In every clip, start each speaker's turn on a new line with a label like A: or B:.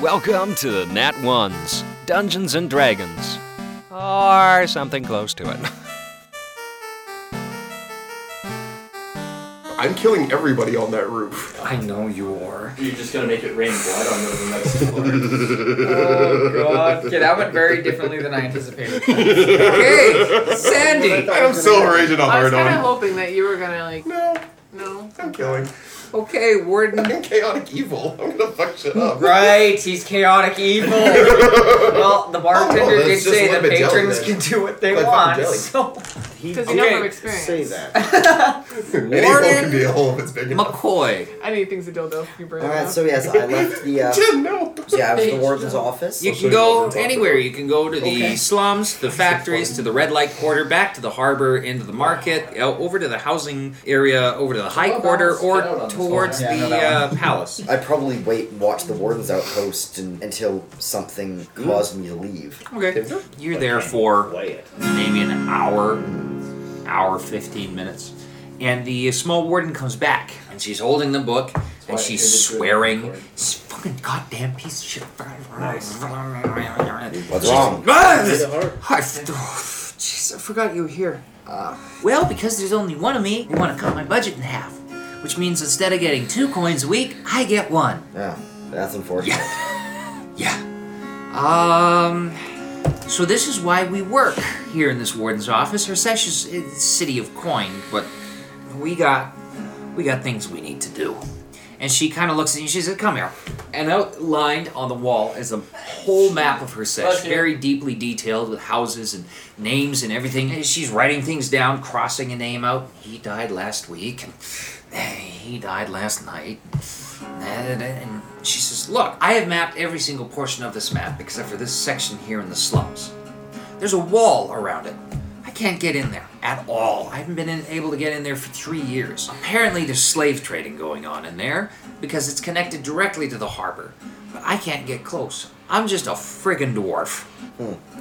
A: Welcome to the Nat Ones, Dungeons and Dragons, or something close to it.
B: I'm killing everybody on that roof.
C: I know you are.
D: You're just gonna make it rain blood on the next floor.
C: Oh god. Okay, that went very differently than I anticipated. Okay, Sandy.
B: I'm still raging a
E: I
B: hard
E: was kind of
B: on.
E: hoping that you were gonna like
B: No,
E: no.
B: I'm killing.
C: Okay, Warden.
B: I'm chaotic evil. I'm gonna fuck shit up.
C: Right, he's chaotic evil. well, the bartender
B: Oh, that's
C: did
B: just
C: say the
B: lemon jelly
C: patrons
B: then.
C: can do what they
B: Like
C: want.
B: fucking jelly.
C: So,
E: Because you
C: Okay,
E: know from experience.
F: Say that.
B: Any hole can be a hole if it's big enough.
C: McCoy,
E: I need things a dildo. You bring
F: All
E: it
F: right.
E: up.
F: So yes, I left the. Uh,
B: Yeah, no.
F: yeah, I was the warden's office.
C: you
B: I'll show
C: can
B: you
C: go
B: what we're talking
C: anywhere. You can go to the
F: Okay.
C: slums, the factories, to the red light quarter, back to the harbor, into the market, out- over to the housing area, over to the high
D: Oh,
C: quarter,
D: that's good on
C: or
D: this
C: towards
F: one. Yeah, I know
C: the
F: that
C: uh, palace.
F: I probably wait and watch the warden's outpost and, until something
C: Hmm?
F: caused me to leave.
C: Okay, you're there for maybe an hour, hour 15 minutes. And the small warden comes back and she's holding the book and
D: why I
C: she's
D: turned it to a
C: swearing.
D: recorder.
C: She's fucking goddamn piece of shit.
F: What's wrong?
C: I, jeez, I forgot you were here. Uh, well, because there's only one of me, they want to cut my budget in half. Which means instead of getting two coins a week, I get one.
F: Yeah, that's unfortunate.
C: Yeah. Um. So this is why we work here in this warden's office. Our session's in the city of coin, but we got we got things we need to do. And she kind of looks at you. She says, "Come here." And outlined on the wall is a whole map of her
D: Bless
C: sesh,
D: you.
C: very deeply detailed with houses and names and everything. And she's writing things down, crossing a name out. He died last week. And he died last night. And she says, Look, I have mapped every single portion of this map except for this section here in the slums. There's a wall around it. I can't get in there at all. I haven't been in, able to get in there for three years. Apparently, there's slave trading going on in there because it's connected directly to the harbor. But I can't get close. I'm just a friggin' dwarf.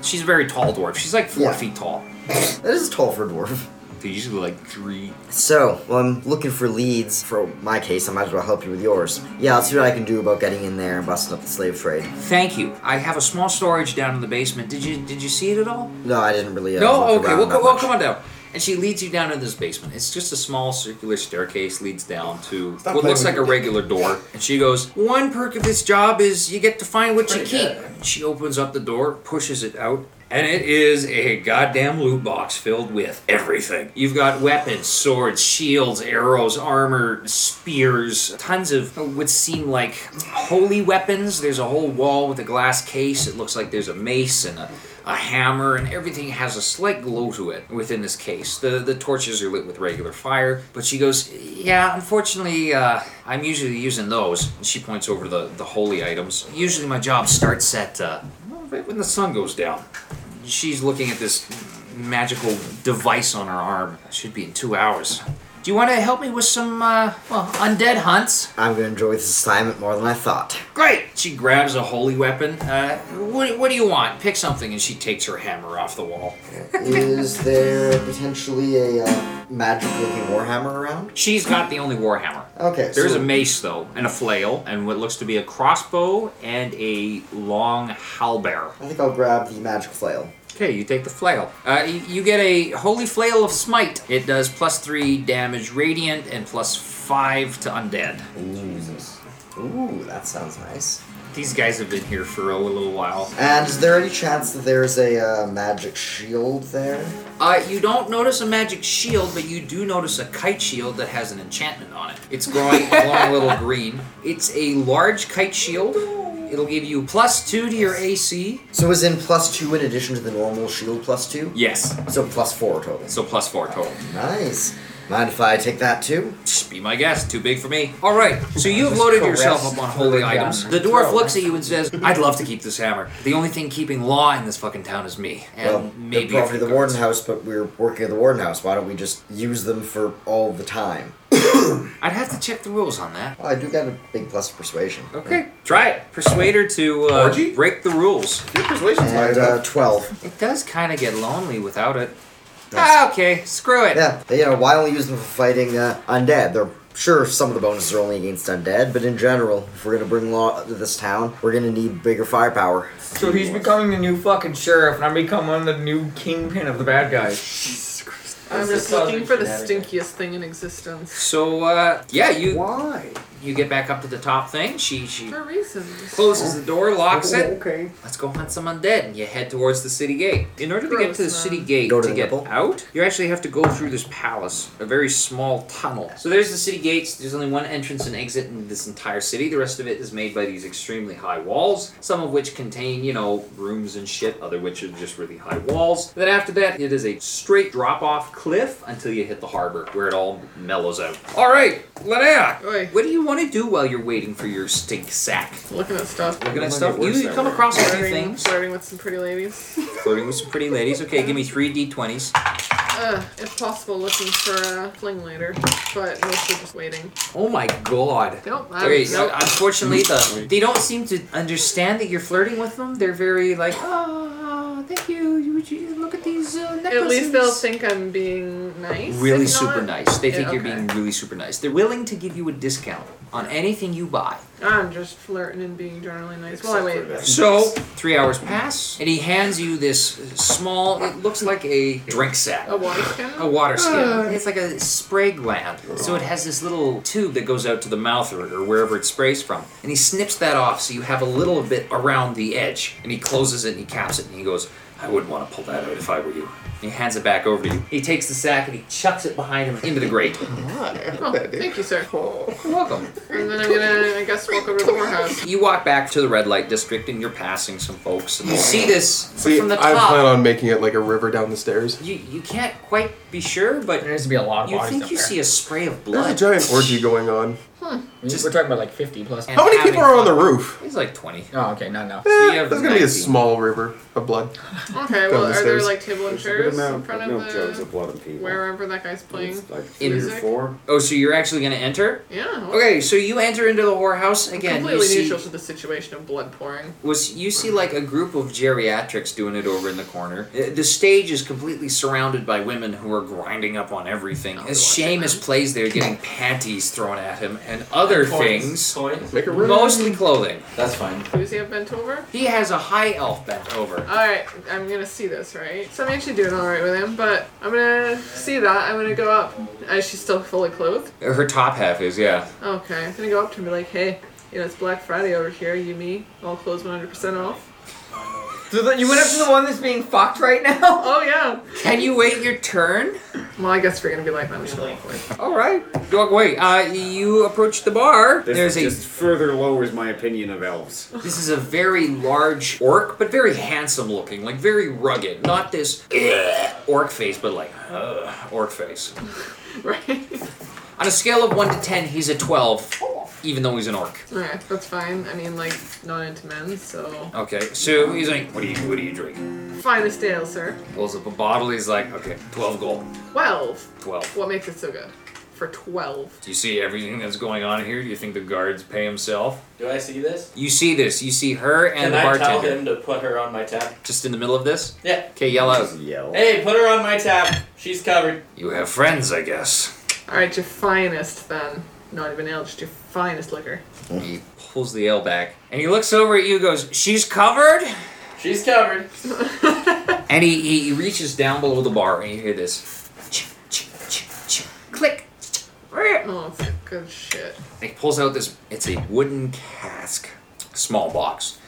C: She's a very tall dwarf. She's like four
F: Yeah.
C: feet tall.
F: that is tall for a dwarf.
C: They're usually like three.
F: So, well, I'm looking for leads for my case. I might as well help you with yours. Yeah, I'll see what I can do about getting in there and busting up the slave trade.
C: Thank you. I have a small storage down in the basement. Did you did you see it at all?
F: No, I didn't really. Uh,
C: No,
F: look
C: okay,
F: around
C: we'll,
F: that
C: go, well
F: much.
C: come on down. And she leads you down into this basement. It's just a small circular staircase leads down to
B: Stop
C: what looks
B: playing
C: like
B: with
C: a
B: me.
C: regular door. And she goes, "One perk of this job is you get to find what you
D: Pretty
C: keep."
D: good.
C: She opens up the door, pushes it out, and it is a goddamn loot box filled with everything. You've got weapons, swords, shields, arrows, armor, spears, tons of what seem like holy weapons. There's a whole wall with a glass case. It looks like there's a mace and a, a hammer, and everything has a slight glow to it within this case. The, the torches are lit with regular fire, but she goes, Yeah, unfortunately, uh, I'm usually using those. And she points over the, the holy items. Usually my job starts at. Uh, well, right when the sun goes down. She's looking at this magical device on her arm. Should be in two hours. Do you want to help me with some, uh, well, undead hunts?
F: I'm gonna enjoy this assignment more than I thought.
C: Great! She grabs a holy weapon. Uh, what, what do you want? Pick something, and she takes her hammer off the wall.
F: is there potentially a uh, magic-looking warhammer around?
C: She's got the only warhammer.
F: Okay,
C: There's
F: so-
C: a mace, though, and a flail, and what looks to be a crossbow and a long halberd.
F: I think I'll grab the magic flail.
C: Okay, you take the flail. Uh, y- you get a holy flail of smite. It does plus three damage radiant and plus five to undead.
F: Jesus. Ooh, that sounds nice.
C: These guys have been here for a little while.
F: And is there any chance that there's a uh, magic shield there?
C: Uh, you don't notice a magic shield, but you do notice a kite shield that has an enchantment on it. It's glowing, glowing a little green. It's a large kite shield. It'll give you plus two to your AC.
F: So is in plus two in addition to the normal shield plus two?
C: Yes.
F: So plus four total.
C: So plus four total.
F: Nice. Mind if I take that too?
C: Just Be my guest. Too big for me. All right. So you've loaded yourself up on holy items. The dwarf looks at you and says, "I'd love to keep this hammer. The only thing keeping law in this fucking town is me, and
F: well,
C: maybe
F: they're
C: a
F: probably
C: few
F: the
C: guards."
F: warden house, but we're working at the warden house. Why don't we just use them for all the time?
C: I'd have to check the rules on that.
F: Well, I do got a big plus persuasion.
C: Okay, try it. Persuade her to uh,
B: Orgy?
C: break the rules.
B: Your persuasion's high
F: And uh,
B: enough.
F: twelve.
C: It does kind of get lonely without it.
F: That's-
C: Ah, okay, screw it.
F: Yeah, you know, why only use them for fighting uh, undead? They're Sure, some of the bonuses are only against undead, but in general, if we're gonna bring law to this town, we're gonna need bigger firepower.
G: So he's becoming the new fucking sheriff, and I'm becoming the new kingpin of the bad guys.
E: I'm
D: This
E: just
D: is
E: looking for the
D: shenanigans.
E: stinkiest thing in existence.
C: So uh, yeah, you
G: Why?
C: you get back up to the top thing. She she
E: For reasons.
C: closes the door, locks it.
G: Okay.
C: Let's go hunt some undead, and you head towards the city gate. In order to get
E: Gross,
C: to the
E: man.
C: city gate
F: Go
C: to,
F: to the
C: get
F: nipple?
C: out, you actually have to go through this palace, a very small tunnel. So there's the city gates. There's only one entrance and exit in this entire city. The rest of it is made by these extremely high walls, some of which contain, you know, rooms and shit, other which are just really high walls. Then after that, it is a straight drop-off cliff until you hit the harbor, where it all mellows out. All right, Lanaya,
E: Oi.
C: what do you want to do while you're waiting for your stink sack?
E: Looking at stuff.
C: Looking
G: I'm
C: at
G: not
C: stuff.
G: gonna
C: You,
G: work
C: you
G: that
C: come
G: way.
C: across a few
E: Flirting,
C: things.
E: flirting with some pretty ladies.
C: Flirting with some pretty ladies. Okay, give me three d20s.
E: Uh, if possible, looking for a fling later, but mostly just waiting.
C: Oh my god.
E: Nope. I'm,
C: Okay, so
E: nope.
C: unfortunately, the, they don't seem to understand that you're flirting with them. They're very like, oh, thank you. You, would you look at these uh, necklaces.
E: At least they'll think I'm being nice.
C: really
E: if
C: super
E: not-
C: nice. They
E: Yeah,
C: think you're
E: okay.
C: being really super nice. They're willing to give you a discount on anything you buy.
E: I'm just flirting and being generally nice. Well, I
D: Except
E: wait.
D: for that.
C: So three hours pass, and he hands you this small. It looks like a drink sack.
E: A water skin?
C: A water skin. Uh, It's like a spray gland. So it has this little tube that goes out to the mouth or, or wherever it sprays from. And he snips that off so you have a little bit around the edge. And he closes it and he caps it and he goes, I wouldn't want to pull that out if I were you. And he hands it back over to you. He takes the sack and he chucks it behind him into the grate.
E: Oh, thank you, sir.
C: You're welcome.
E: And then I'm gonna, I guess, walk over to the warehouse.
C: You walk back to the red light district and you're passing some folks. And you see this
B: See,
C: from the
B: I
C: top.
B: plan on making it like a river down the stairs.
C: you, you can't quite be sure,
G: There
C: but
G: needs to be a lot of
C: you
G: bodies
C: think
G: up
C: you
G: there.
C: see a spray of
B: There's a
C: blood.
B: giant orgy going on.
G: We're talking about like 50 plus.
C: and
B: How many people
C: having
B: are on the
C: fun.
B: roof?
C: He's like 20.
G: Oh, okay, not enough.
C: So you
B: Eh,
C: have
B: There's gonna be a
C: 19.
B: small river of blood.
E: Okay, well, are there
B: stairs.
E: like table and
D: There's a good
E: chairs in
D: amount,
E: front
D: but
E: of
D: no jugs
E: the.
D: of blood and people.
E: Wherever that guy's playing.
D: It's like
C: In-
D: three or four.
C: Oh, so you're actually going to enter?
E: Yeah. well,
C: Okay, so you enter into the whorehouse again. You
E: Completely
C: see,
E: neutral to the situation of blood pouring.
C: was you see like a group of geriatrics doing it over in the corner. Uh, The stage is completely surrounded by women who are grinding up on everything.
E: I'll be
C: As
E: watching
C: Seamus
E: them.
C: plays there, getting panties thrown at him and other things,
D: Coins.
B: Make a river.
C: mostly clothing.
D: That's fine.
E: Who's he have bent over?
C: He has a high elf bent over.
E: Alright, I'm gonna see this, right? So I'm actually doing alright with him, but I'm gonna see that. I'm gonna go up. Is she still fully clothed?
C: Her top half is yeah.
E: Okay. I'm gonna go up to him and be like, hey, you know, it's Black Friday over here. You, me, all clothes 100% off.
G: So then you went up to the one that's being fucked right now?
E: Oh, yeah.
C: Can you wait your turn?
E: Well, I guess we're gonna be like that. I'm just gonna walk away.
C: All right. Walk away. Uh, you approach the bar.
D: This
C: There's a
D: just further lowers my opinion of elves.
C: This is a very large orc, but very handsome looking, like very rugged. Not this "Ugh," orc face, but like "Ugh," orc face.
E: Right?
C: On a scale of one to ten, he's a twelve, even though he's an orc.
E: Alright, that's fine. I mean, like, not into men, so.
C: Okay, so he's like, "What do you, what do you drink?"
E: Finest ale, sir.
C: Pulls up a bottle. He's like, "Okay, twelve gold,
E: 12.
C: twelve.
E: What makes it so good? For 12.
C: Do you see everything that's going on here? Do you think the guards pay himself?
D: Do I see this?
C: You see this? You see her and
D: Can
C: the
D: I tell
C: bartender
D: him to put her on my tap?
C: just in the middle of this?
D: Yeah.
C: Okay, yell out.
D: Just Hey, put her on my tap. She's covered.
C: You have friends, I guess.
E: Alright, your finest then. Not even ale, just your finest liquor.
C: He pulls the ale back and he looks over at you. Goes, she's covered.
D: She's covered.
C: And he, he, he reaches down below the bar and you hear this. "Ch- ch- ch- ch- Click.
E: Oh, it's good shit.
C: And he pulls out this. It's a wooden cask, small box.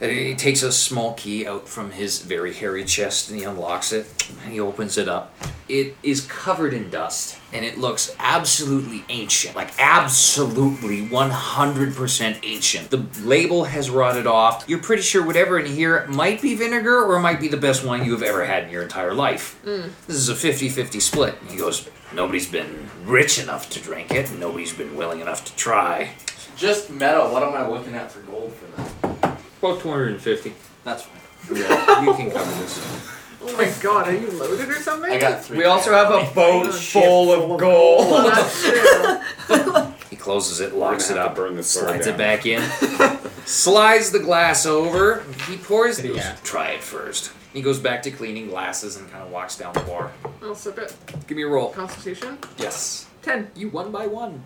C: And he takes a small key out from his very hairy chest and he unlocks it and he opens it up. It is covered in dust and it looks absolutely ancient, like absolutely 100% ancient. The label has rotted off. You're pretty sure whatever in here might be vinegar or might be the best wine you've ever had in your entire life. This is a 50 50 split. And he goes, Nobody's been rich enough to drink it, and nobody's been willing enough to try.
D: Just metal. What am I looking at for gold for that?
C: About 250.
D: That's fine.
C: Yeah, you can cover this.
E: Oh my god, are you loaded or something?
D: I got three.
G: We also have a boat full of gold.
E: Well, that's true.
C: He closes it, locks it
D: gonna have
C: up,
D: to burn this bar
C: slides it
D: down.
C: back in, slides the glass over. He pours. He goes,
G: Yeah.
C: Try it first. He goes back to cleaning glasses and kind of walks down the bar.
E: I'll sip it.
C: Give me a roll.
E: Constitution?
C: Yes.
E: 10.
C: You one by one.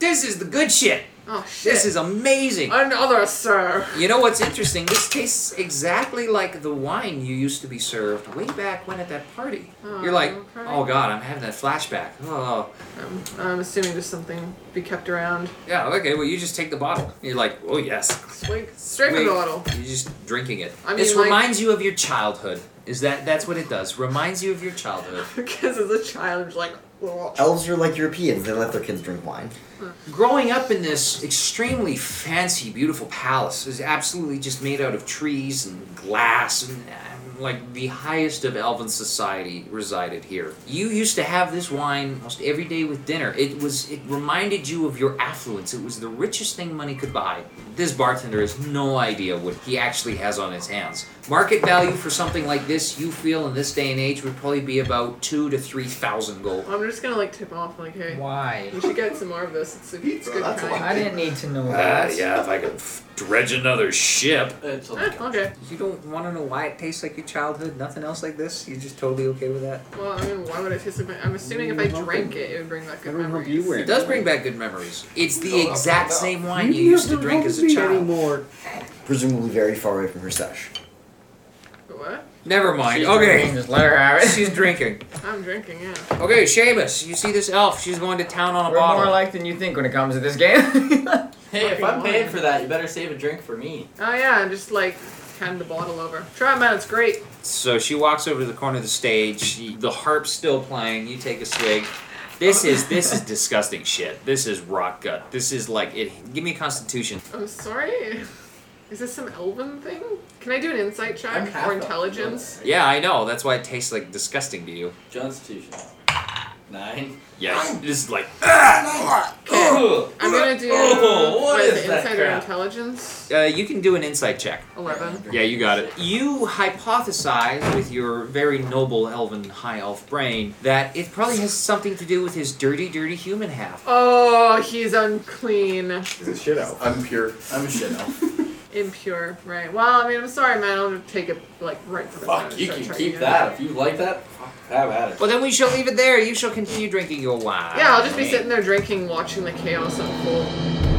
C: This is the good shit.
E: Oh shit.
C: This is amazing.
E: another sir.
C: You know what's interesting? This tastes exactly like the wine you used to be served way back when at that party. You're like,
E: Okay.
C: oh god, I'm having that flashback. Oh,
E: Um, I'm assuming there's something to be kept around.
C: yeah, okay, well, you just take the bottle. You're like, oh yes.
E: Swig straight from the
C: Wait,
E: bottle.
C: You're just drinking it.
E: I mean,
C: this
E: like-
C: reminds you of your childhood. Is that that's what it does? Reminds you of your childhood.
E: Because as a child, I'm just like, "Ugh."
F: Elves are like Europeans; they let their kids drink wine.
C: Growing up in this extremely fancy, beautiful palace is absolutely just made out of trees and glass and, and like the highest of elven society resided here. You used to have this wine almost every day with dinner. It was it reminded you of your affluence. It was the richest thing money could buy. This bartender has no idea what he actually has on his hands. Market value for something like this, you feel in this day and age, would probably be about two to three thousand gold.
E: I'm just gonna like tip him off, like, hey,
G: Why?
E: you should get some more of this. It's a, it's a good
B: That's a
E: kind.
G: I didn't need to know
C: Ah,
G: that.
C: yeah, if I could f- dredge another ship.
D: It's
E: Eh, okay.
C: You don't want to know why it tastes like your childhood? Nothing else like this? You're just totally okay with that?
E: Well, I mean, why would it taste like? my- I'm assuming if I
B: Mm,
E: drank it, it would bring back good
G: Everyone hope
E: memories.
G: you were.
C: It does bring back good memories. It's the exact same wine
G: You
C: you used to drink as a child.
G: Anymore.
F: Presumably, very far away from her stash.
E: What?
C: Never mind.
G: She's drinking,
C: Okay.
G: Just let her have it.
C: She's drinking.
E: I'm drinking, yeah.
C: Okay, Seamus, you see this elf. She's going to town on a
G: We're more
C: bottle.
G: alike than you think when it comes to this game.
D: Hey, if
E: Fucking
D: I'm paying
E: wine.
D: for that, you better save a drink for me.
E: Oh yeah, I'm just like hand the bottle over. Try 'em out, it's great.
C: So she walks over to the corner of the stage. She, the harp's still playing. You take a swig. This is this is disgusting shit. This is rock gut. This is like it. Give me a constitution.
E: I'm sorry. Is this some elven thing? Can I do an insight
D: I'm
E: check
D: half
E: or
D: up.
E: intelligence?
C: Yeah, I know. That's why it tastes like disgusting to you.
D: Constitution. Nine.
C: Yes, this is like
D: Oh,
E: I'm gonna do
D: Oh, what
E: with
D: is that
E: insight or
D: crap?
E: intelligence.
C: uh, you can do an insight check.
E: Eleven.
C: Yeah, you got it. You hypothesize with your very noble elven high elf brain that it probably has something to do with his dirty, dirty human half.
E: Oh, he's unclean,
B: He's a shit out. I'm pure.
D: I'm a shit elf.
E: impure. Right. Well, I mean, I'm sorry, man. I'll take it like right from the
D: Fuck,
E: start
D: you
E: and
D: can
E: start
D: keep
E: trying
D: that. If you like that, fuck, have at it.
C: Well, then we shall leave it there. You shall continue drinking your wine.
E: again. Yeah, I'll just be sitting there drinking, watching the chaos unfold.